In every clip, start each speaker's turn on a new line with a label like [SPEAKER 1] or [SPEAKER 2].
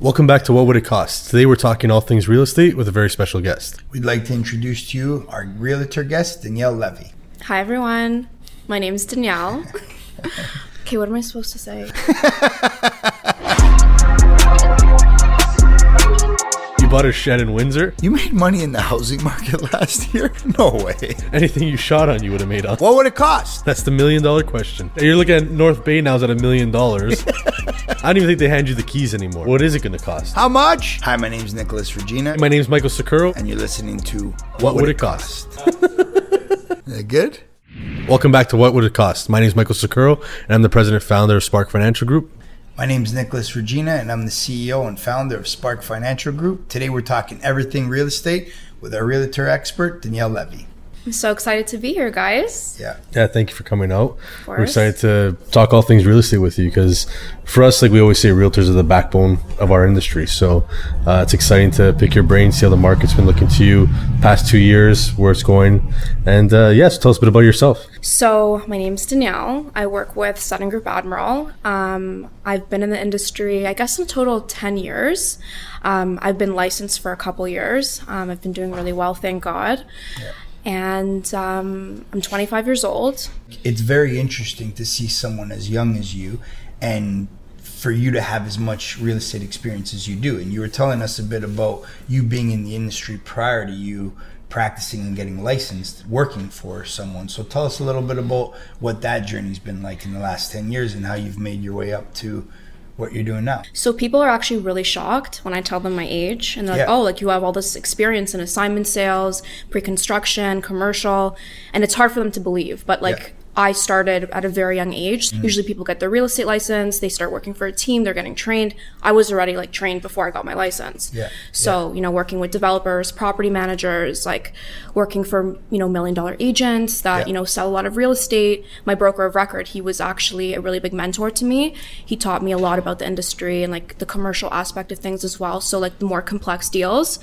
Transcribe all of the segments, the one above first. [SPEAKER 1] Welcome back to What Would It Cost? Today we're talking all things real estate with a very special guest.
[SPEAKER 2] We'd like to introduce to you our realtor guest, Danielle Levy.
[SPEAKER 3] Hi everyone. My name's Danielle. okay, what am I supposed to say?
[SPEAKER 1] You bought a shed in Windsor.
[SPEAKER 2] You made money in the housing market last year? No way.
[SPEAKER 1] Anything you shot on, you would have made on.
[SPEAKER 2] What would it cost?
[SPEAKER 1] That's the million dollar question. You're looking at North Bay now's at a million dollars. I don't even think they hand you the keys anymore. What is it going to cost?
[SPEAKER 2] How much? Hi, my name's Nicholas Regina,
[SPEAKER 1] My name's Michael Sakuro.
[SPEAKER 2] and you're listening to What,
[SPEAKER 1] What Would It Cost?
[SPEAKER 2] Is that good?
[SPEAKER 1] Welcome back to What Would It Cost? My name's Michael Sakuro, and I'm the president and founder of Spark Financial Group.
[SPEAKER 2] My name's Nicholas Regina, and I'm the CEO and founder of Spark Financial Group. Today we're talking everything real estate with our realtor expert, Danielle Levy.
[SPEAKER 3] I'm so excited to be here, guys.
[SPEAKER 2] Yeah.
[SPEAKER 1] Yeah, thank you for coming out. We're
[SPEAKER 3] course.
[SPEAKER 1] excited to talk all things real estate with you because for us, like we always say, realtors are the backbone of our industry. So uh, it's exciting to pick your brain, see how the market's been looking to you past two years, where it's going, and uh, yes, tell us a bit about yourself.
[SPEAKER 3] So, my name's Danielle. I work with Sutton Group Admiral. Um, I've been in the industry, I guess, in total 10 years. Um, I've been licensed for a couple years. Um, I've been doing really well, thank God. And um, I'm 25 years old.
[SPEAKER 2] it's very interesting to see someone as young as you and for you to have as much real estate experience as you do. And you were telling us a bit about you being in the industry prior to you practicing and getting licensed, working for someone. So tell us a little bit about what that journey's been like in the last 10 years and how you've made your way up to what you're doing now.
[SPEAKER 3] So people are actually really shocked when I tell them my age, and they're like,
[SPEAKER 2] Yeah.
[SPEAKER 3] "Oh, like you have all this experience in assignment sales, pre-construction, commercial," and it's hard for them to believe. But like.
[SPEAKER 2] Yeah. Mm-hmm.
[SPEAKER 3] I started at a very young age. Usually people get their real estate license, they start working for a team, they're getting trained. I was already like trained before I got my license.
[SPEAKER 2] Yeah.
[SPEAKER 3] So, you know, working with developers, property managers, like working for, you know, million dollar agents that,
[SPEAKER 2] Yeah.
[SPEAKER 3] you know, sell a lot of real estate. My broker of record, he was actually a really big mentor to me. He taught me a lot about the industry and like the commercial aspect of things as well. So, like the more complex deals.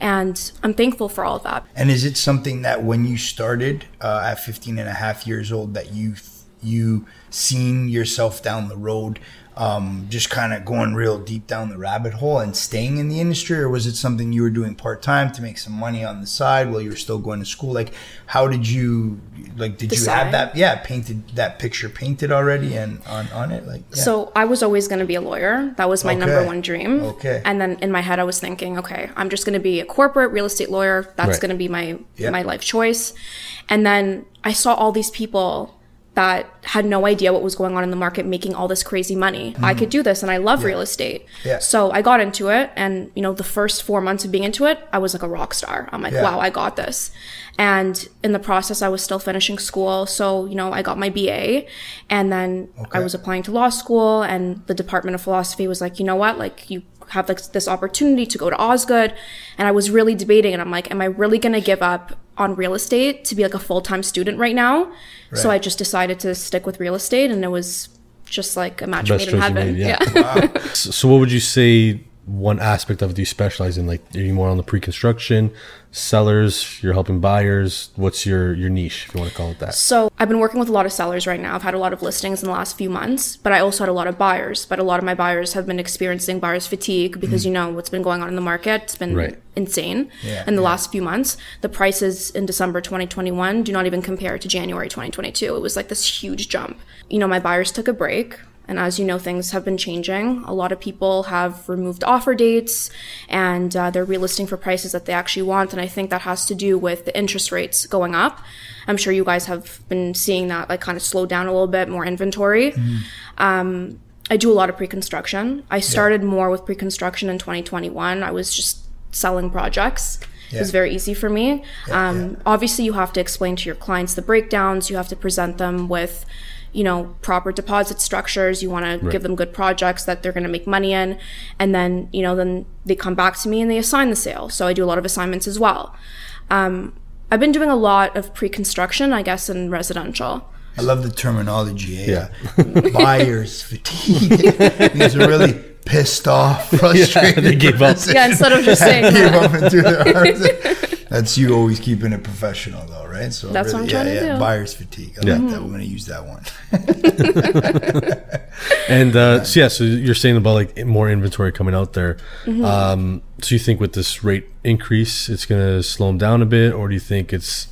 [SPEAKER 3] And I'm thankful for all of that.
[SPEAKER 2] And is it something that when you started uh, at 15 and a half years old that you you seen yourself down the road, um, just kind of going real deep down the rabbit hole and staying in the industry, or was it something you were doing part time to make some money on the side while you were still going to school? Like, how did you like? Did you have
[SPEAKER 3] Decide?
[SPEAKER 2] that? Yeah, painted that picture painted already and on on it. Like, yeah.
[SPEAKER 3] So I was always going to be a lawyer. That was my number
[SPEAKER 2] Okay.
[SPEAKER 3] one dream.
[SPEAKER 2] Okay.
[SPEAKER 3] And then in my head, I was thinking, okay, I'm just going to be a corporate real estate lawyer. That's
[SPEAKER 1] Right.
[SPEAKER 3] going to be my
[SPEAKER 2] Yeah.
[SPEAKER 3] my life choice. And then I saw all these people that had no idea what was going on in the market making all this crazy money. I could do this and I love real estate.
[SPEAKER 2] Mm-hmm. Yeah.
[SPEAKER 3] So I got into it and you know the first 4 months of being into it, I was like a rock star. I'm like,
[SPEAKER 2] Yeah.
[SPEAKER 3] wow, I got this. And in the process I was still finishing school, so you know, I got my BA and then I
[SPEAKER 2] Okay.
[SPEAKER 3] was applying to law school and the department of philosophy was like you know what like you have like this opportunity to go to osgood and i was really debating and i'm like am i really going to give up on real estate to be like a full-time student right now so
[SPEAKER 2] Right.
[SPEAKER 3] i just decided to stick with real estate and it was just like a match
[SPEAKER 1] Best
[SPEAKER 3] made in
[SPEAKER 1] choice you
[SPEAKER 3] heaven
[SPEAKER 1] made, yeah. So, so what would you say one aspect of it do you specialize in? Like, are you more on the pre-construction, sellers? You're helping buyers. What's your your niche, if you want to call it that?
[SPEAKER 3] So I've been working with a lot of sellers right now. I've had a lot of listings in the last few months, but I also had a lot of buyers. But a lot of my buyers have been experiencing buyer's fatigue because you know what's been going on in the market. It's been
[SPEAKER 1] Right.
[SPEAKER 3] insane
[SPEAKER 2] Yeah,
[SPEAKER 3] in the last few months. The prices in December 2021 do not even compare to January 2022. It was like this huge jump. You know, my buyers took a break. And as you know, things have been changing. A lot of people have removed offer dates and uh, they're relisting for prices that they actually want. And I think that has to do with the interest rates going up. I'm sure you guys have been seeing that like kind of slow down a little bit, more inventory.
[SPEAKER 2] Mm-hmm.
[SPEAKER 3] Um, I do a lot of pre-construction. I started more with pre-construction in 2021. I was just selling projects. It was
[SPEAKER 2] Yeah.
[SPEAKER 3] very easy for me. um, Obviously, you have to explain to your clients the breakdowns. You have to present them with, you know, proper deposit structures. You want to give them good projects that they're going to make money in, and then you know, then they come back to me and they assign the sale. So I do a lot of assignments as well. Um, I've been doing a lot of pre-construction, I guess, in residential.
[SPEAKER 2] I love the terminology. Eh? buyers fatigue. These are really pissed off, frustrated.
[SPEAKER 1] They gave up.
[SPEAKER 3] Yeah, instead of just saying.
[SPEAKER 2] Give up and do their arms. That's you always keeping it professional, though, right? So
[SPEAKER 3] That's what I'm trying
[SPEAKER 2] yeah,
[SPEAKER 3] to
[SPEAKER 2] yeah.
[SPEAKER 3] do. Mm-hmm.
[SPEAKER 2] Buyer's fatigue. I like that. I'm going to use that one.
[SPEAKER 1] And uh, so yeah, so you're saying about like more inventory coming out there. Um, so you think with this rate increase, it's going to slow them down a bit, or do you think it's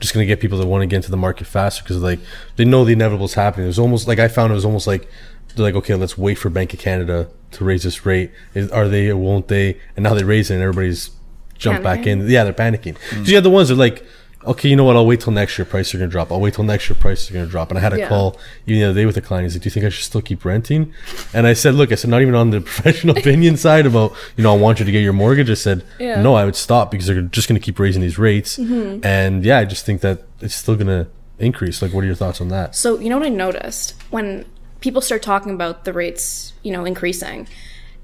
[SPEAKER 1] just going to get people that want to get into the market faster because like they know the inevitable is happening? It was almost like I found it was almost like they're like, okay, let's wait for Bank of Canada to raise this rate. Is, are they or won't they? And now they raise it, and everybody's jumped back in. Yeah, they're panicking.
[SPEAKER 2] Hmm.
[SPEAKER 1] So you have the ones that are like. Okay, you know what? I'll wait till next year. Prices are gonna drop. I'll wait till next year. Prices are gonna drop. And I had a
[SPEAKER 3] Yeah.
[SPEAKER 1] call even the other day with a client. He's like, "Do you think I should still keep renting?" And I said, "Look, I said not even on the professional opinion side about you know I want you to get your mortgage." I said,
[SPEAKER 3] Yeah. Mm-hmm.
[SPEAKER 1] "No, I would stop because they're just going to keep raising these rates." And yeah, I just think that it's still going to increase. Like, what are your thoughts on that?
[SPEAKER 3] So, you know what I noticed? When people start talking about the rates, you know, increasing,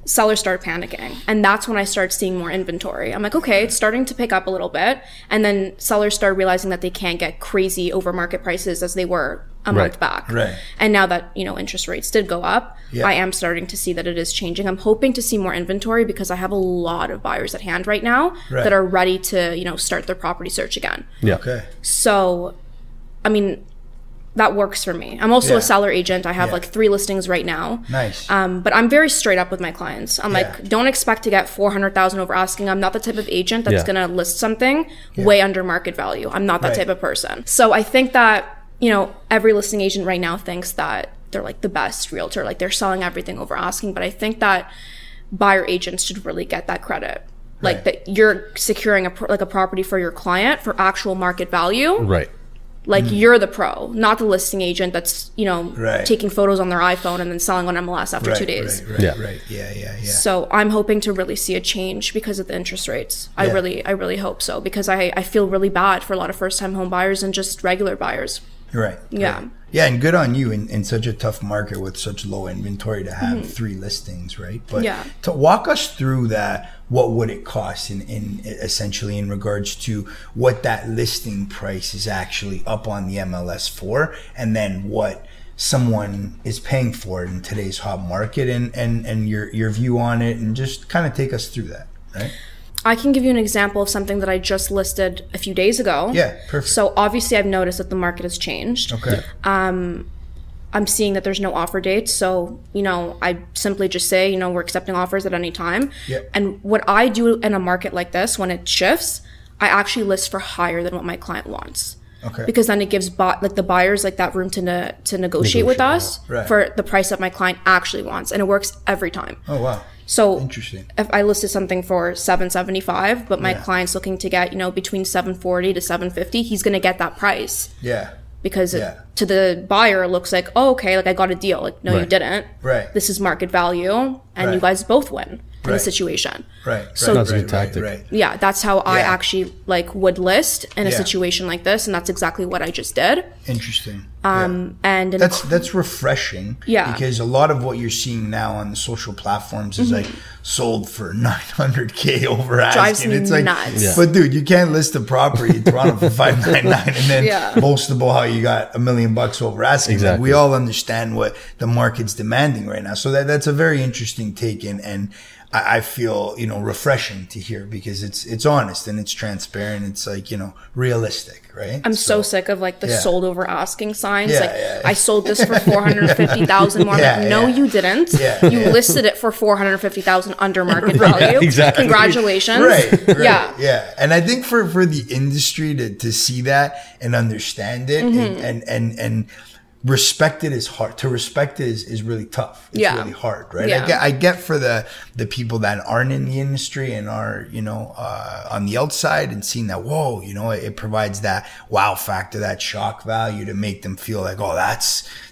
[SPEAKER 3] sellers start panicking. And that's when I start seeing more inventory. I'm like, okay, it's starting to pick up a little bit. And then sellers start realizing that they can't get crazy over market prices as they were a
[SPEAKER 1] Right.
[SPEAKER 3] month back.
[SPEAKER 2] Right.
[SPEAKER 3] And now that, you know, interest rates did go up,
[SPEAKER 2] Yeah.
[SPEAKER 3] I am starting to see that it is changing. I'm hoping to see more inventory because I have a lot of buyers at hand right now
[SPEAKER 2] Right.
[SPEAKER 3] that are ready to, you know, start their property search again.
[SPEAKER 1] Yeah,
[SPEAKER 2] Okay.
[SPEAKER 3] So, I mean, that works for me. I'm also
[SPEAKER 2] Yeah.
[SPEAKER 3] a seller agent. I have
[SPEAKER 2] Yeah.
[SPEAKER 3] like three listings right now.
[SPEAKER 2] Nice.
[SPEAKER 3] Um, but I'm very straight up with my clients. I'm
[SPEAKER 2] Yeah.
[SPEAKER 3] like, don't expect to get 400,000 over asking. I'm not the type of agent that's
[SPEAKER 1] Yeah.
[SPEAKER 3] going to list something way under market value. I'm not that
[SPEAKER 2] Right.
[SPEAKER 3] type of person. So I think that, you know, every listing agent right now thinks that they're like the best realtor, like they're selling everything over asking. But I think that buyer agents should really get that credit. Like
[SPEAKER 2] Right.
[SPEAKER 3] that you're securing a pro- like a property for your client for actual market value
[SPEAKER 1] right.
[SPEAKER 3] like you're the pro not the listing agent that's you know
[SPEAKER 2] Mm. Right.
[SPEAKER 3] taking photos on their iphone and then selling on mls after
[SPEAKER 2] right,
[SPEAKER 3] two days
[SPEAKER 2] Right, right,
[SPEAKER 1] Yeah.
[SPEAKER 2] right. Yeah, yeah, yeah.
[SPEAKER 3] so i'm hoping to really see a change because of the interest rates i
[SPEAKER 2] Yeah.
[SPEAKER 3] really i really hope so because i i feel really bad for a lot of first time home buyers and just regular buyers
[SPEAKER 2] Right.
[SPEAKER 3] Yeah.
[SPEAKER 2] right. Yeah, and good on you in, in such a tough market with such low inventory to have three listings, right? But
[SPEAKER 3] Mm-hmm. Yeah.
[SPEAKER 2] to walk us through that, what would it cost in, in essentially in regards to what that listing price is actually up on the MLS for and then what someone is paying for it in today's hot market and, and, and your your view on it and just kind of take us through that, right?
[SPEAKER 3] I can give you an example of something that I just listed a few days ago.
[SPEAKER 2] Yeah, perfect.
[SPEAKER 3] So obviously, I've noticed that the market has changed.
[SPEAKER 2] Okay.
[SPEAKER 3] I'm seeing that there's no offer dates. So, you know, I simply just say, you know, we're accepting offers at any time.
[SPEAKER 2] Yeah.
[SPEAKER 3] And what I do in a market like this, when it shifts, I actually list for higher than what my client wants.
[SPEAKER 2] Okay.
[SPEAKER 3] Because then it gives bu- like the buyers like that room to ne- to negotiate, with us
[SPEAKER 2] Right.
[SPEAKER 3] for the price that my client actually wants, and it works every time.
[SPEAKER 2] oh wow.
[SPEAKER 3] So
[SPEAKER 2] Interesting.
[SPEAKER 3] if I listed something for 775, but my
[SPEAKER 2] Yeah.
[SPEAKER 3] client's looking to get, you know, between 740 to 750, he's going to get that price
[SPEAKER 2] Yeah.
[SPEAKER 3] because it-
[SPEAKER 2] Yeah.
[SPEAKER 3] to the buyer it looks like, "Oh, okay, like I got a deal." Like, no, you
[SPEAKER 1] Right.
[SPEAKER 3] didn't.
[SPEAKER 2] Right.
[SPEAKER 3] This is market value and you
[SPEAKER 2] Right.
[SPEAKER 3] guys both win in the
[SPEAKER 2] Right.
[SPEAKER 3] situation.
[SPEAKER 2] Right.
[SPEAKER 3] So-
[SPEAKER 2] right,
[SPEAKER 1] That's a
[SPEAKER 2] right,
[SPEAKER 1] good tactic.
[SPEAKER 2] Right, right.
[SPEAKER 3] Yeah, that's how I
[SPEAKER 2] Yeah.
[SPEAKER 3] actually like would list in a
[SPEAKER 2] Yeah.
[SPEAKER 3] situation like this and that's exactly what I just did.
[SPEAKER 2] Interesting. Yeah.
[SPEAKER 3] Um and in
[SPEAKER 2] That's that's refreshing.
[SPEAKER 3] Yeah.
[SPEAKER 2] Because a lot of what you're seeing now on the social platforms
[SPEAKER 3] Mm-hmm.
[SPEAKER 2] is like sold for 900k over
[SPEAKER 3] Drives
[SPEAKER 2] asking.
[SPEAKER 3] me
[SPEAKER 2] it's like,
[SPEAKER 3] nuts. Yeah.
[SPEAKER 2] but dude, you can't list a property in Toronto for 599 and then
[SPEAKER 3] Yeah.
[SPEAKER 2] boast about how you got a million bucks over asking. Like,
[SPEAKER 1] Exactly.
[SPEAKER 2] we all understand what the market's demanding right now. So that that's a very interesting take and and. I I feel you know refreshing to hear because it's it's honest and it's transparent. It's like you know realistic, right?
[SPEAKER 3] I'm so, sick of like the
[SPEAKER 2] yeah.
[SPEAKER 3] sold over asking signs.
[SPEAKER 2] Yeah,
[SPEAKER 3] like
[SPEAKER 2] yeah.
[SPEAKER 3] I sold this for 450,000 more. I'm
[SPEAKER 2] Yeah,
[SPEAKER 3] like, no,
[SPEAKER 2] yeah.
[SPEAKER 3] you didn't.
[SPEAKER 2] Yeah,
[SPEAKER 3] you
[SPEAKER 2] yeah.
[SPEAKER 3] listed it for 450,000 under market value.
[SPEAKER 1] exactly.
[SPEAKER 3] Congratulations.
[SPEAKER 2] right, right,
[SPEAKER 3] Yeah.
[SPEAKER 2] yeah and i think for for the industry to to see that and understand it
[SPEAKER 3] Mm-hmm.
[SPEAKER 2] and, and and and respect it is hard to respect it is, is really tough it's
[SPEAKER 3] Yeah.
[SPEAKER 2] really hard right I,
[SPEAKER 3] Yeah.
[SPEAKER 2] get, I get for the the people that aren't in the industry and are you know uh, on the outside and seeing that whoa you know it, it provides that wow factor that shock value to make them feel like oh that's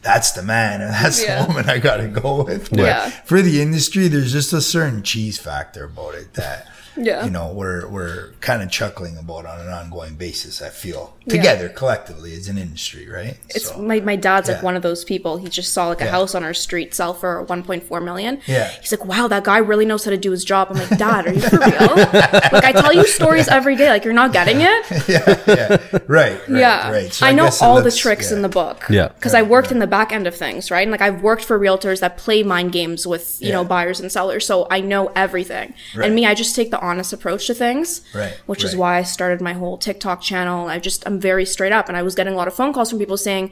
[SPEAKER 2] that's the man and that's
[SPEAKER 3] Yeah.
[SPEAKER 2] the woman i gotta go with But
[SPEAKER 3] Yeah.
[SPEAKER 2] for the industry there's just a certain cheese factor about it that
[SPEAKER 3] Yeah.
[SPEAKER 2] you know we're we're kind of chuckling about on an ongoing basis i feel together collectively as an industry right
[SPEAKER 3] It's my, my dad's like
[SPEAKER 2] Yeah.
[SPEAKER 3] one of those people. He just saw like a
[SPEAKER 2] Yeah.
[SPEAKER 3] house on our street sell for 1.4 million.
[SPEAKER 2] Yeah.
[SPEAKER 3] He's like, wow, that guy really knows how to do his job. I'm like, dad, are you for real? like I tell you stories every day. Like you're not getting it.
[SPEAKER 2] right, right
[SPEAKER 3] Yeah.
[SPEAKER 2] right
[SPEAKER 3] I know
[SPEAKER 2] guess it
[SPEAKER 3] all the
[SPEAKER 2] lets-
[SPEAKER 3] tricks
[SPEAKER 2] yeah.
[SPEAKER 3] in the book.
[SPEAKER 1] Yeah.
[SPEAKER 3] Because I worked in the back end of things, right? And like I've worked for realtors that play mind games with, you
[SPEAKER 2] Yeah.
[SPEAKER 3] know, buyers and sellers. So I know everything.
[SPEAKER 2] Right.
[SPEAKER 3] And me, I just take the honest approach to things,
[SPEAKER 2] Right,
[SPEAKER 3] which is
[SPEAKER 2] right.
[SPEAKER 3] why I started my whole TikTok channel. I just I'm very straight up, and I was getting a lot of phone calls from people saying,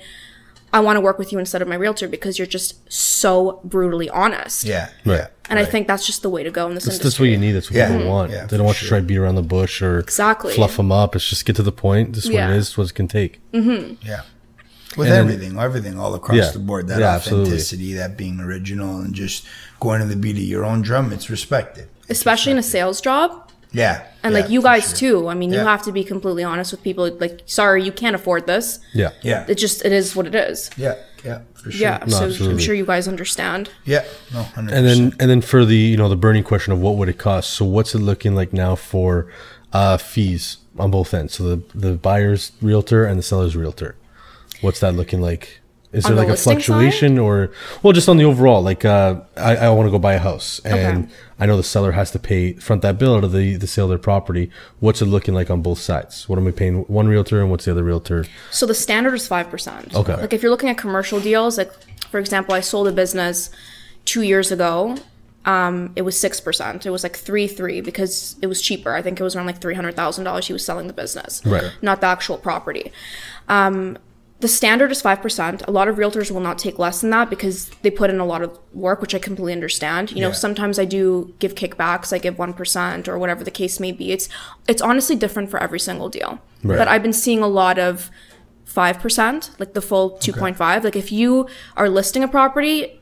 [SPEAKER 3] "I want to work with you instead of my realtor because you're just so brutally honest."
[SPEAKER 2] Yeah.
[SPEAKER 1] Right.
[SPEAKER 2] Yeah.
[SPEAKER 3] And I think that's just the way to go in this
[SPEAKER 1] That's,
[SPEAKER 3] industry.
[SPEAKER 1] that's what you need. That's what
[SPEAKER 2] Yeah.
[SPEAKER 1] people
[SPEAKER 2] Mhm.
[SPEAKER 1] want.
[SPEAKER 2] Yeah,
[SPEAKER 1] they don't
[SPEAKER 2] for
[SPEAKER 1] want you to try to beat around the bush or
[SPEAKER 3] Exactly.
[SPEAKER 1] fluff them up. It's just get to the point. This is what
[SPEAKER 3] Yeah.
[SPEAKER 1] it is. This is what it can take.
[SPEAKER 2] Yeah. With
[SPEAKER 1] And then-
[SPEAKER 2] everything, everything all across
[SPEAKER 1] Yeah.
[SPEAKER 2] the board, that
[SPEAKER 1] Yeah, absolutely.
[SPEAKER 2] authenticity, that being original, and just going to the beat of your own drum, it's respected.
[SPEAKER 3] Especially in a sales job,
[SPEAKER 2] Yeah.
[SPEAKER 3] And
[SPEAKER 2] yeah,
[SPEAKER 3] like you
[SPEAKER 2] for
[SPEAKER 3] guys
[SPEAKER 2] sure.
[SPEAKER 3] too. I mean, you
[SPEAKER 2] Yeah.
[SPEAKER 3] have to be completely honest with people. Like, sorry, you can't afford this.
[SPEAKER 1] Yeah.
[SPEAKER 2] Yeah.
[SPEAKER 3] It just it is what it is.
[SPEAKER 2] Yeah. Yeah. For sure.
[SPEAKER 3] Yeah. so I'm
[SPEAKER 1] absolutely.
[SPEAKER 3] sure you guys understand.
[SPEAKER 2] Yeah. No. 100%.
[SPEAKER 1] And then and then for the you know the burning question of what would it cost? So what's it looking like now for uh, fees on both ends? So the the buyer's realtor and the seller's realtor. What's that looking like? Is
[SPEAKER 3] On
[SPEAKER 1] there
[SPEAKER 3] the
[SPEAKER 1] like a
[SPEAKER 3] listing side?
[SPEAKER 1] fluctuation or well just on the overall like uh, I, I want to go buy a house and
[SPEAKER 3] Okay.
[SPEAKER 1] I know the seller has to pay front that bill out of the the sale of their property. What's it looking like on both sides? What am I paying one realtor and what's the other realtor?
[SPEAKER 3] So the standard is five percent.
[SPEAKER 1] Okay.
[SPEAKER 3] Like if you're looking at commercial deals, like for example, I sold a business two years ago. Um, it was six percent. It was like three three because it was cheaper. I think it was around like three hundred thousand dollars. He was selling the business,
[SPEAKER 1] Right.
[SPEAKER 3] Not the actual property. The standard is 5%. A lot of realtors will not take less than that because they put in a lot of work, which I completely understand. You know,
[SPEAKER 2] Yeah.
[SPEAKER 3] sometimes I do give kickbacks, I give 1% or whatever the case may be. It's it's honestly different for every single deal.
[SPEAKER 1] Right.
[SPEAKER 3] But I've been seeing a lot of 5%, like the full 2.5. Like if you are listing a property,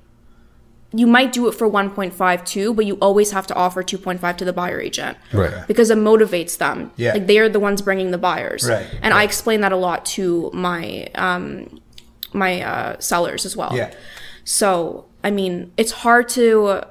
[SPEAKER 3] you might do it for 1.5 too, but you always have to offer 2.5 to the buyer agent
[SPEAKER 1] Right.
[SPEAKER 3] because it motivates them.
[SPEAKER 2] Yeah.
[SPEAKER 3] Like they are the ones bringing the buyers.
[SPEAKER 2] Right,
[SPEAKER 3] And I explain that a lot to my um, my uh, sellers as well.
[SPEAKER 2] yeah.
[SPEAKER 3] So I mean, it's hard to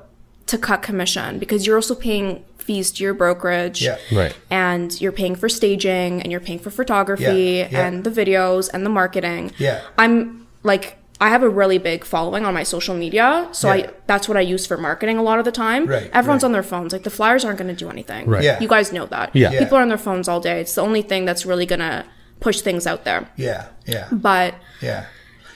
[SPEAKER 3] to cut commission because you're also paying fees to your brokerage.
[SPEAKER 2] Yeah.
[SPEAKER 1] Right.
[SPEAKER 3] And you're paying for staging and you're paying for photography
[SPEAKER 2] Yeah, yeah.
[SPEAKER 3] and the videos and the marketing.
[SPEAKER 2] Yeah.
[SPEAKER 3] I'm like I have a really big following on my social media, so
[SPEAKER 2] Yeah.
[SPEAKER 3] I that's what I use for marketing a lot of the time.
[SPEAKER 2] Right,
[SPEAKER 3] Everyone's
[SPEAKER 2] right.
[SPEAKER 3] on their phones. Like the flyers aren't going to do anything.
[SPEAKER 1] Right.
[SPEAKER 2] Yeah.
[SPEAKER 3] You guys know that.
[SPEAKER 1] Yeah. Yeah.
[SPEAKER 3] People are on their phones all day. It's the only thing that's really going to push things out there.
[SPEAKER 2] Yeah. Yeah.
[SPEAKER 3] But
[SPEAKER 2] Yeah.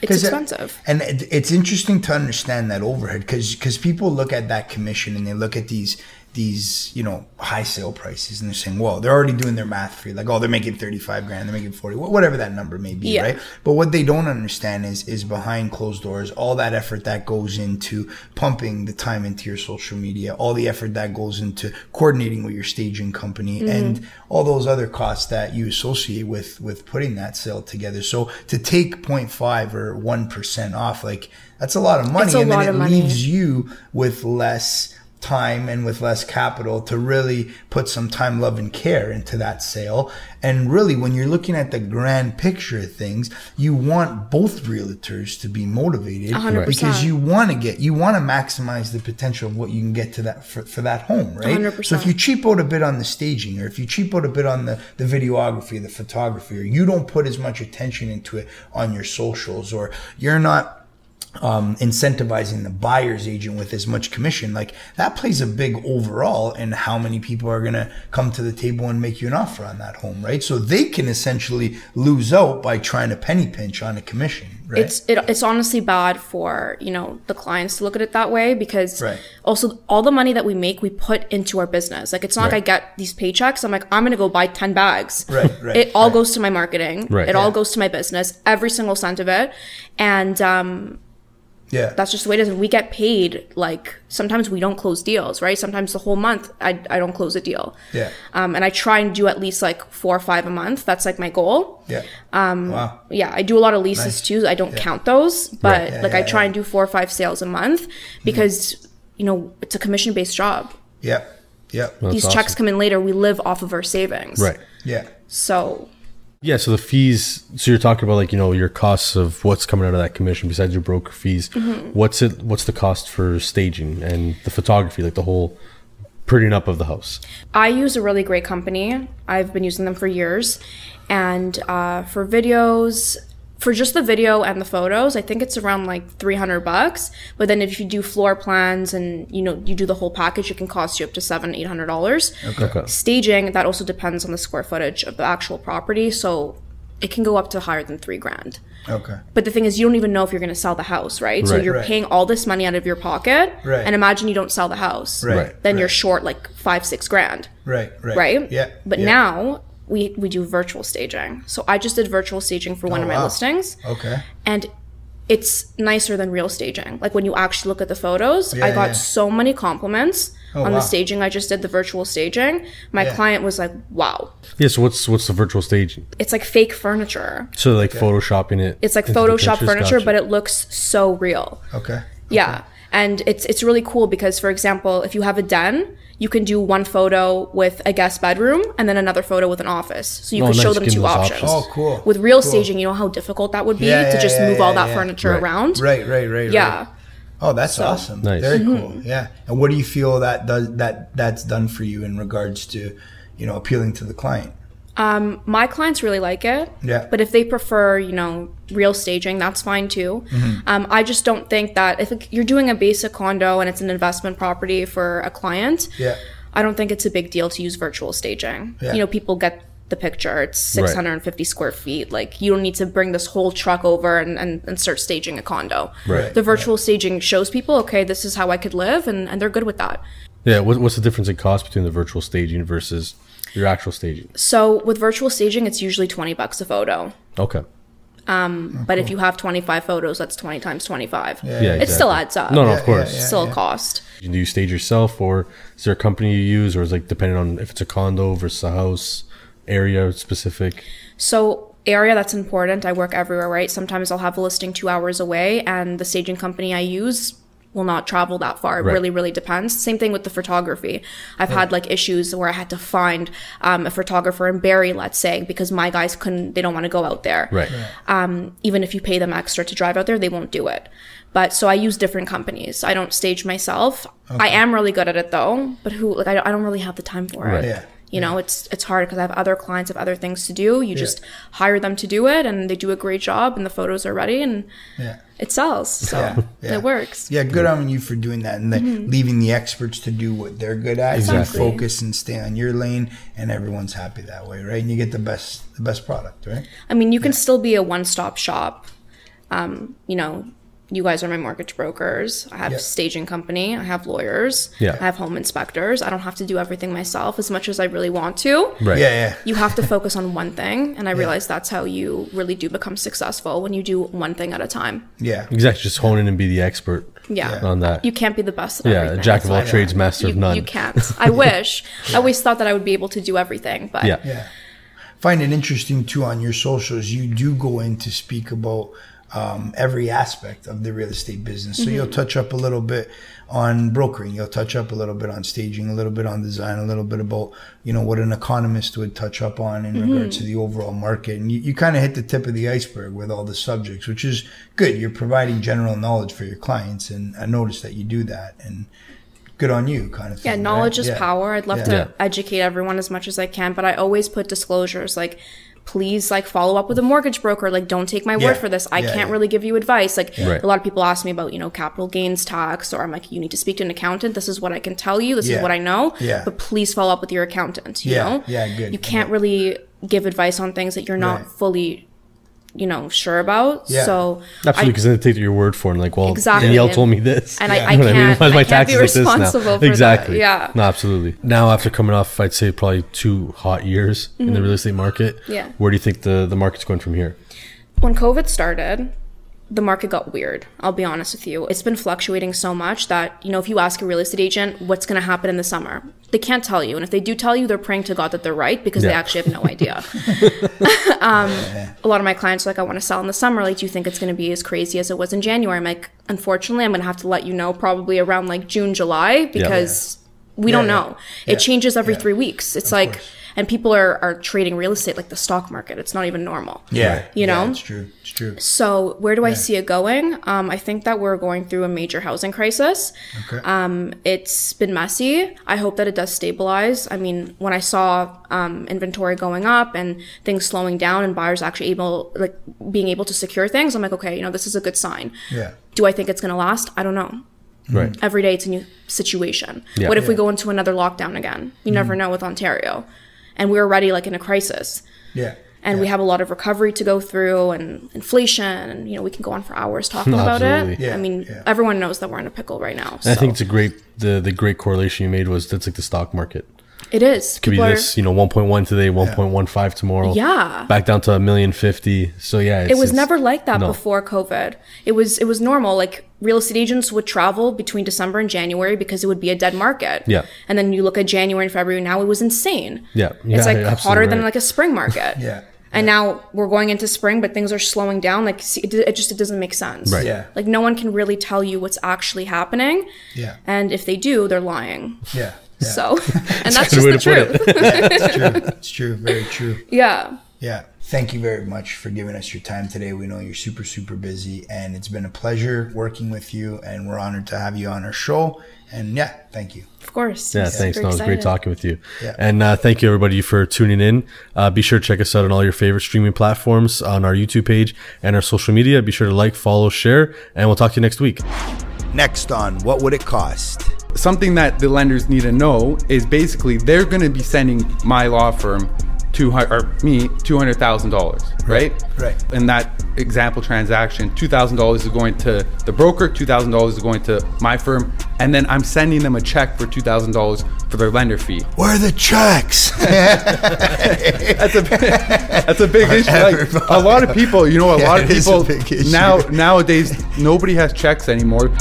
[SPEAKER 3] It's
[SPEAKER 2] 'Cause it-
[SPEAKER 3] expensive.
[SPEAKER 2] and it, it's interesting to understand that overhead because people look at that commission and they look at these these you know high sale prices and they're saying, well, they're already doing their math for you, like oh, they're making thirty five grand, they're making forty, wh- whatever that number may be,
[SPEAKER 3] Yeah.
[SPEAKER 2] right? But what they don't understand is is behind closed doors, all that effort that goes into pumping the time into your social media, all the effort that goes into coordinating with your staging company,
[SPEAKER 3] Mm-hmm.
[SPEAKER 2] and all those other costs that you associate with with putting that sale together. So to take 0.5 or one percent off, like that's a lot of money,
[SPEAKER 3] It's a
[SPEAKER 2] and
[SPEAKER 3] lot
[SPEAKER 2] then it
[SPEAKER 3] of money.
[SPEAKER 2] leaves you with less time and with less capital to really put some time, love, and care into that sale. And really, when you're looking at the grand picture of things, you want both realtors to be motivated
[SPEAKER 3] 100%.
[SPEAKER 2] because you want to get, you want to maximize the potential of what you can get to that for, for that home, right? So if
[SPEAKER 3] 100%.
[SPEAKER 2] you cheap out a bit on the staging or if you cheap out a bit on the, the videography, the photography, or you don't put as much attention into it on your socials or you're not um, incentivizing the buyer's agent with as much commission, like that plays a big overall in how many people are going to come to the table and make you an offer on that home, right? So they can essentially lose out by trying to penny pinch on a commission, right?
[SPEAKER 3] it's it, it's honestly bad for you know the clients to look at it that way because
[SPEAKER 2] Right.
[SPEAKER 3] also all the money that we make we put into our business like it's not like i get these paychecks i'm like i'm gonna go buy 10 bags
[SPEAKER 2] Right, right,
[SPEAKER 3] it all
[SPEAKER 2] right.
[SPEAKER 3] goes to my marketing
[SPEAKER 1] Right.
[SPEAKER 3] it all
[SPEAKER 1] Yeah.
[SPEAKER 3] goes to my business every single cent of it and um
[SPEAKER 2] yeah.
[SPEAKER 3] that's just the way it is and we get paid like sometimes we don't close deals right sometimes the whole month i, I don't close a deal
[SPEAKER 2] Yeah.
[SPEAKER 3] um, and i try and do at least like four or five a month that's like my goal
[SPEAKER 2] yeah. Um, wow.
[SPEAKER 3] yeah, I do a lot of leases too. I don't count those, but
[SPEAKER 1] Right.
[SPEAKER 3] like I
[SPEAKER 2] yeah,
[SPEAKER 3] try and do four or five sales a month
[SPEAKER 1] Mm-hmm.
[SPEAKER 3] because you know it's a commission based job.
[SPEAKER 2] Yeah. Yeah.
[SPEAKER 3] These
[SPEAKER 1] That's
[SPEAKER 3] checks
[SPEAKER 1] awesome.
[SPEAKER 3] come in later. We live off of our savings,
[SPEAKER 1] Right.
[SPEAKER 2] Yeah.
[SPEAKER 3] So
[SPEAKER 1] Yeah, so the fees. So you're talking about like you know your costs of what's coming out of that commission besides your broker fees.
[SPEAKER 3] Mm-hmm.
[SPEAKER 1] What's it? What's the cost for staging and the photography, like the whole prettying up of the house?
[SPEAKER 3] I use a really great company. I've been using them for years, and uh, for videos, for just the video and the photos, I think it's around like three hundred bucks. But then if you do floor plans and you know you do the whole package, it can cost you up to seven eight hundred dollars.
[SPEAKER 1] Okay.
[SPEAKER 3] staging that also depends on the square footage of the actual property so it can go up to higher than three grand
[SPEAKER 2] Okay.
[SPEAKER 3] But the thing is, you don't even know if you're going to sell the house, right? So
[SPEAKER 1] Right.
[SPEAKER 3] you're
[SPEAKER 2] Right.
[SPEAKER 3] paying all this money out of your pocket,
[SPEAKER 2] Right.
[SPEAKER 3] and imagine you don't sell the house,
[SPEAKER 2] Right.
[SPEAKER 3] then
[SPEAKER 2] right,
[SPEAKER 3] you're short like five, six grand,
[SPEAKER 2] right. Right.
[SPEAKER 3] right?
[SPEAKER 2] Yeah.
[SPEAKER 3] But
[SPEAKER 2] yeah.
[SPEAKER 3] now we we do virtual staging. So I just did virtual staging for one of my
[SPEAKER 2] Oh, wow.
[SPEAKER 3] listings,
[SPEAKER 2] Okay.
[SPEAKER 3] and it's nicer than real staging. Like when you actually look at the photos, I
[SPEAKER 2] Yeah,
[SPEAKER 3] got
[SPEAKER 2] yeah.
[SPEAKER 3] so many compliments
[SPEAKER 2] Oh,
[SPEAKER 3] on
[SPEAKER 2] wow.
[SPEAKER 3] the staging I just did, the virtual staging. My
[SPEAKER 2] Yeah.
[SPEAKER 3] client was like, "Wow,
[SPEAKER 1] Yeah, so what's what's the virtual staging?
[SPEAKER 3] it's like fake furniture.
[SPEAKER 1] So like photoshopping it.
[SPEAKER 3] It's like
[SPEAKER 1] into the
[SPEAKER 3] Photoshop
[SPEAKER 1] pictures,
[SPEAKER 3] furniture,
[SPEAKER 1] gotcha.
[SPEAKER 3] but it looks so real."
[SPEAKER 2] Okay.
[SPEAKER 3] Yeah. And it's it's really cool because for example, if you have a den, you can do one photo with a guest bedroom and then another photo with an office. So you
[SPEAKER 1] Oh,
[SPEAKER 3] can show
[SPEAKER 1] nice.
[SPEAKER 3] them
[SPEAKER 1] Give
[SPEAKER 3] two
[SPEAKER 1] those
[SPEAKER 3] options.
[SPEAKER 1] options.
[SPEAKER 2] Oh, cool.
[SPEAKER 3] With real
[SPEAKER 2] Cool.
[SPEAKER 3] staging, you know how difficult that would be
[SPEAKER 2] Yeah,
[SPEAKER 3] to
[SPEAKER 2] yeah,
[SPEAKER 3] just
[SPEAKER 2] yeah,
[SPEAKER 3] move
[SPEAKER 2] yeah,
[SPEAKER 3] all that
[SPEAKER 2] yeah.
[SPEAKER 3] furniture
[SPEAKER 1] Right.
[SPEAKER 3] around.
[SPEAKER 2] Right. Right. Right.
[SPEAKER 3] Yeah.
[SPEAKER 2] Right. Oh, that's awesome.
[SPEAKER 1] Nice.
[SPEAKER 2] Very
[SPEAKER 3] Mm-hmm.
[SPEAKER 2] cool. Yeah. And what do you feel that does that that's done for you in regards to, you know, appealing to the client?
[SPEAKER 3] My clients really like it.
[SPEAKER 2] Yeah.
[SPEAKER 3] But if they prefer, you know, real staging, that's fine too.
[SPEAKER 2] Mm-hmm.
[SPEAKER 3] Um, I just don't think that if you're doing a basic condo and it's an investment property for a client,
[SPEAKER 2] Yeah.
[SPEAKER 3] I don't think it's a big deal to use virtual staging.
[SPEAKER 2] Yeah.
[SPEAKER 3] You know, people get the picture. It's
[SPEAKER 1] Right.
[SPEAKER 3] 650 square feet. Like, you don't need to bring this whole truck over and, and, and start staging a condo.
[SPEAKER 1] Right.
[SPEAKER 3] The virtual staging shows people, okay, this is how I could live, and, and they're good with that.
[SPEAKER 1] yeah, what, what's the difference in cost between the virtual staging versus your actual staging?
[SPEAKER 3] So, with virtual staging, it's usually 20 bucks a photo.
[SPEAKER 1] Okay.
[SPEAKER 2] Oh,
[SPEAKER 3] But if you have 25 photos, that's 20 times 25.
[SPEAKER 1] Yeah,
[SPEAKER 3] It
[SPEAKER 1] exactly.
[SPEAKER 3] still adds up.
[SPEAKER 1] No, no,
[SPEAKER 2] Yeah,
[SPEAKER 1] of course.
[SPEAKER 2] yeah,
[SPEAKER 3] It's still a cost.
[SPEAKER 1] Do you stage yourself, or is there a company you use, or is like depending on if it's a condo versus a house, area specific?
[SPEAKER 3] So area that's important. I work everywhere, right? Sometimes I'll have a listing two hours away, and the staging company I use will not travel that far. It
[SPEAKER 1] Right.
[SPEAKER 3] really, really depends. Same thing with the photography. I've had like issues where I had to find um, a photographer in Barrie, let's say, because my guys couldn't. They don't want to go out there.
[SPEAKER 1] Right.
[SPEAKER 3] Even if you pay them extra to drive out there, they won't do it. But so I use different companies. I don't stage myself. I am really good at it though. But who like I don't, I don't really have the time for it.
[SPEAKER 1] Right.
[SPEAKER 2] Yeah.
[SPEAKER 3] You know, it's it's hard because I have other clients, have other things to do. You just hire them to do it, and they do a great job, and the photos are ready, and
[SPEAKER 2] Yeah.
[SPEAKER 3] it sells. So
[SPEAKER 2] Yeah, yeah.
[SPEAKER 3] it works. Mm-hmm.
[SPEAKER 2] Yeah, good on you for doing that and then leaving the experts to do what they're good at.
[SPEAKER 1] Exactly.
[SPEAKER 2] You focus and stay on your lane and everyone's happy that way, right? And you get the best the best product, right?
[SPEAKER 3] I mean, you can still be a one stop shop. Um, you know, you guys are my mortgage brokers. I have
[SPEAKER 2] Yeah.
[SPEAKER 3] staging company. I have lawyers.
[SPEAKER 1] Yeah.
[SPEAKER 3] I have home inspectors. I don't have to do everything myself as much as I really want to.
[SPEAKER 1] Right.
[SPEAKER 2] Yeah, yeah.
[SPEAKER 3] You have to focus on one thing, and I realize that's how you really do become successful when you do one thing at a time.
[SPEAKER 2] Yeah.
[SPEAKER 1] Exactly. Just hone in and be the expert
[SPEAKER 3] Yeah.
[SPEAKER 1] on that.
[SPEAKER 3] You can't be the best at
[SPEAKER 1] yeah.
[SPEAKER 3] everything.
[SPEAKER 1] jack of
[SPEAKER 3] That's
[SPEAKER 1] all
[SPEAKER 3] why-
[SPEAKER 1] trades, master
[SPEAKER 3] you,
[SPEAKER 1] of none.
[SPEAKER 3] you can't. I wish. I always thought that I would be able to do everything, but
[SPEAKER 1] Yeah.
[SPEAKER 2] Yeah. Find it interesting too on your socials. You do go in to speak about um, every aspect of the real estate business.
[SPEAKER 3] Mm-hmm.
[SPEAKER 2] So you'll touch up a little bit on brokering. You'll touch up a little bit on staging, a little bit on design, a little bit about you know what an economist would touch up on in
[SPEAKER 3] Mm-hmm.
[SPEAKER 2] regards to the overall market. And you, you kind of hit the tip of the iceberg with all the subjects, which is good. You're providing general knowledge for your clients, and I noticed that you do that. And good on you, kind of.
[SPEAKER 3] yeah,
[SPEAKER 2] thing, right?
[SPEAKER 3] knowledge is
[SPEAKER 2] Yeah.
[SPEAKER 3] power. I'd love
[SPEAKER 2] Yeah.
[SPEAKER 3] to
[SPEAKER 1] Yeah.
[SPEAKER 3] educate everyone as much as I can, but I always put disclosures like please like follow up with a mortgage broker like don't take my word
[SPEAKER 2] Yeah.
[SPEAKER 3] for this i
[SPEAKER 2] Yeah,
[SPEAKER 3] can't
[SPEAKER 2] yeah.
[SPEAKER 3] really give you advice like
[SPEAKER 1] Right.
[SPEAKER 3] a lot of people ask me about you know capital gains tax or i'm like you need to speak to an accountant this is what i can tell you this
[SPEAKER 2] Yeah.
[SPEAKER 3] is what i know
[SPEAKER 2] Yeah.
[SPEAKER 3] but please follow up with your accountant you
[SPEAKER 2] Yeah.
[SPEAKER 3] know
[SPEAKER 2] Yeah, good.
[SPEAKER 3] you can't really give advice on things that you're not
[SPEAKER 2] Right.
[SPEAKER 3] fully you know sure about
[SPEAKER 2] Yeah.
[SPEAKER 3] so I-
[SPEAKER 1] Absolutely, because then they take your word for it and like, well,
[SPEAKER 3] Exactly.
[SPEAKER 1] Danielle told me this,
[SPEAKER 3] And I-
[SPEAKER 1] You
[SPEAKER 3] I
[SPEAKER 1] know what
[SPEAKER 3] can't-
[SPEAKER 1] Why is
[SPEAKER 3] I can't be
[SPEAKER 1] like this now?
[SPEAKER 3] responsible for that.
[SPEAKER 1] exactly.
[SPEAKER 3] Yeah.
[SPEAKER 1] no, absolutely. Now, after coming off, I'd say probably two hot years in the real estate market.
[SPEAKER 3] Mm-hmm. Yeah.
[SPEAKER 1] where do you think the the market's going from here?
[SPEAKER 3] when COVID started, the market got weird. I'll be honest with you. It's been fluctuating so much that, you know, if you ask a real estate agent what's going to happen in the summer, they can't tell you. And if they do tell you, they're praying to God that they're right because they
[SPEAKER 1] Yeah.
[SPEAKER 3] actually have no idea. um, a lot of my clients are like, I want to sell in the summer. Like, do you think it's going to be as crazy as it was in January? I'm like, unfortunately, I'm going to have to let you know probably around like June, July because we don't
[SPEAKER 2] yeah.
[SPEAKER 3] know. It changes every three weeks. It's like, and people are, are trading real estate like the stock market. It's not even normal.
[SPEAKER 2] Yeah,
[SPEAKER 3] You
[SPEAKER 2] Yeah,
[SPEAKER 3] know?
[SPEAKER 2] it's true. It's true.
[SPEAKER 3] So, where do I see it going? Um, I think that we're going through a major housing crisis.
[SPEAKER 2] Okay.
[SPEAKER 3] Um, it's been messy. I hope that it does stabilize. I mean, when I saw um, inventory going up and things slowing down and buyers actually able, like being able to secure things, I'm like, okay, you know, this is a good sign.
[SPEAKER 2] yeah.
[SPEAKER 3] Do I think it's going to last? I don't know.
[SPEAKER 1] Right.
[SPEAKER 3] Every day it's a new situation.
[SPEAKER 1] Yeah.
[SPEAKER 3] What if we go into another lockdown again? You never know with Ontario. And we were already like in a crisis.
[SPEAKER 2] Yeah.
[SPEAKER 3] and we have a lot of recovery to go through and inflation and you know we can go on for hours talking about it
[SPEAKER 1] Absolutely.
[SPEAKER 2] Yeah,
[SPEAKER 3] i mean
[SPEAKER 2] yeah.
[SPEAKER 3] everyone knows that we're in a pickle right now so
[SPEAKER 1] I think it's a great the the great correlation you made was that's like the stock market.
[SPEAKER 3] it is
[SPEAKER 1] Could be
[SPEAKER 3] People are-
[SPEAKER 1] this, you know, one point one today, one point one five tomorrow.
[SPEAKER 3] Yeah.
[SPEAKER 1] Back down to a million fifty. So yeah, it's,
[SPEAKER 3] it was
[SPEAKER 1] it's-
[SPEAKER 3] never like that
[SPEAKER 1] no.
[SPEAKER 3] before covid it was it was normal like real estate agents would travel between december and january because it would be a dead market
[SPEAKER 1] Yeah.
[SPEAKER 3] and then you look at january and february now it was insane
[SPEAKER 1] Yeah. Yeah,
[SPEAKER 3] it's like
[SPEAKER 1] you're
[SPEAKER 3] hotter
[SPEAKER 1] absolutely
[SPEAKER 3] than
[SPEAKER 1] right.
[SPEAKER 3] like a spring market
[SPEAKER 2] Yeah.
[SPEAKER 3] and now we're going into spring but things are slowing down like see, it, it just it doesn't make sense
[SPEAKER 1] Right.
[SPEAKER 2] Yeah.
[SPEAKER 3] like no one can really tell you what's actually happening
[SPEAKER 2] Yeah.
[SPEAKER 3] and if they do they're lying
[SPEAKER 2] Yeah. yeah.
[SPEAKER 3] so and that's
[SPEAKER 1] a
[SPEAKER 3] just
[SPEAKER 1] good
[SPEAKER 3] the
[SPEAKER 1] way to put
[SPEAKER 3] truth
[SPEAKER 2] It's true. It's true. Very true.
[SPEAKER 3] yeah
[SPEAKER 2] Yeah. Thank you very much for giving us your time today. We know you're super, super busy, and it's been a pleasure working with you, and we're honored to have you on our show. And yeah, thank you.
[SPEAKER 3] of course
[SPEAKER 1] Yeah,
[SPEAKER 3] I'm
[SPEAKER 1] thanks.
[SPEAKER 3] super
[SPEAKER 1] No, it was great
[SPEAKER 3] excited.
[SPEAKER 1] talking with you.
[SPEAKER 2] Yeah.
[SPEAKER 1] And uh, thank you, everybody, for tuning in. Uh, be sure to check us out on all your favorite streaming platforms, on our YouTube page, and our social media. Be sure to like, follow, share, and we'll talk to you next week.
[SPEAKER 2] Next on What Would It Cost?
[SPEAKER 4] something that the lenders need to know is basically they're going to be sending my law firm two hundred or me two hundred thousand dollars, right?
[SPEAKER 2] Right.
[SPEAKER 4] In that example transaction, two thousand dollars is going to the broker, two thousand dollars is going to my firm, and then I'm sending them a check for two thousand dollars for their lender fee.
[SPEAKER 2] Where are the checks?
[SPEAKER 4] That's a that's a big issue. Like, a lot of people, you know, a lot of
[SPEAKER 2] Yeah, it is a
[SPEAKER 4] people
[SPEAKER 2] big issue.
[SPEAKER 4] now nowadays nobody has checks anymore.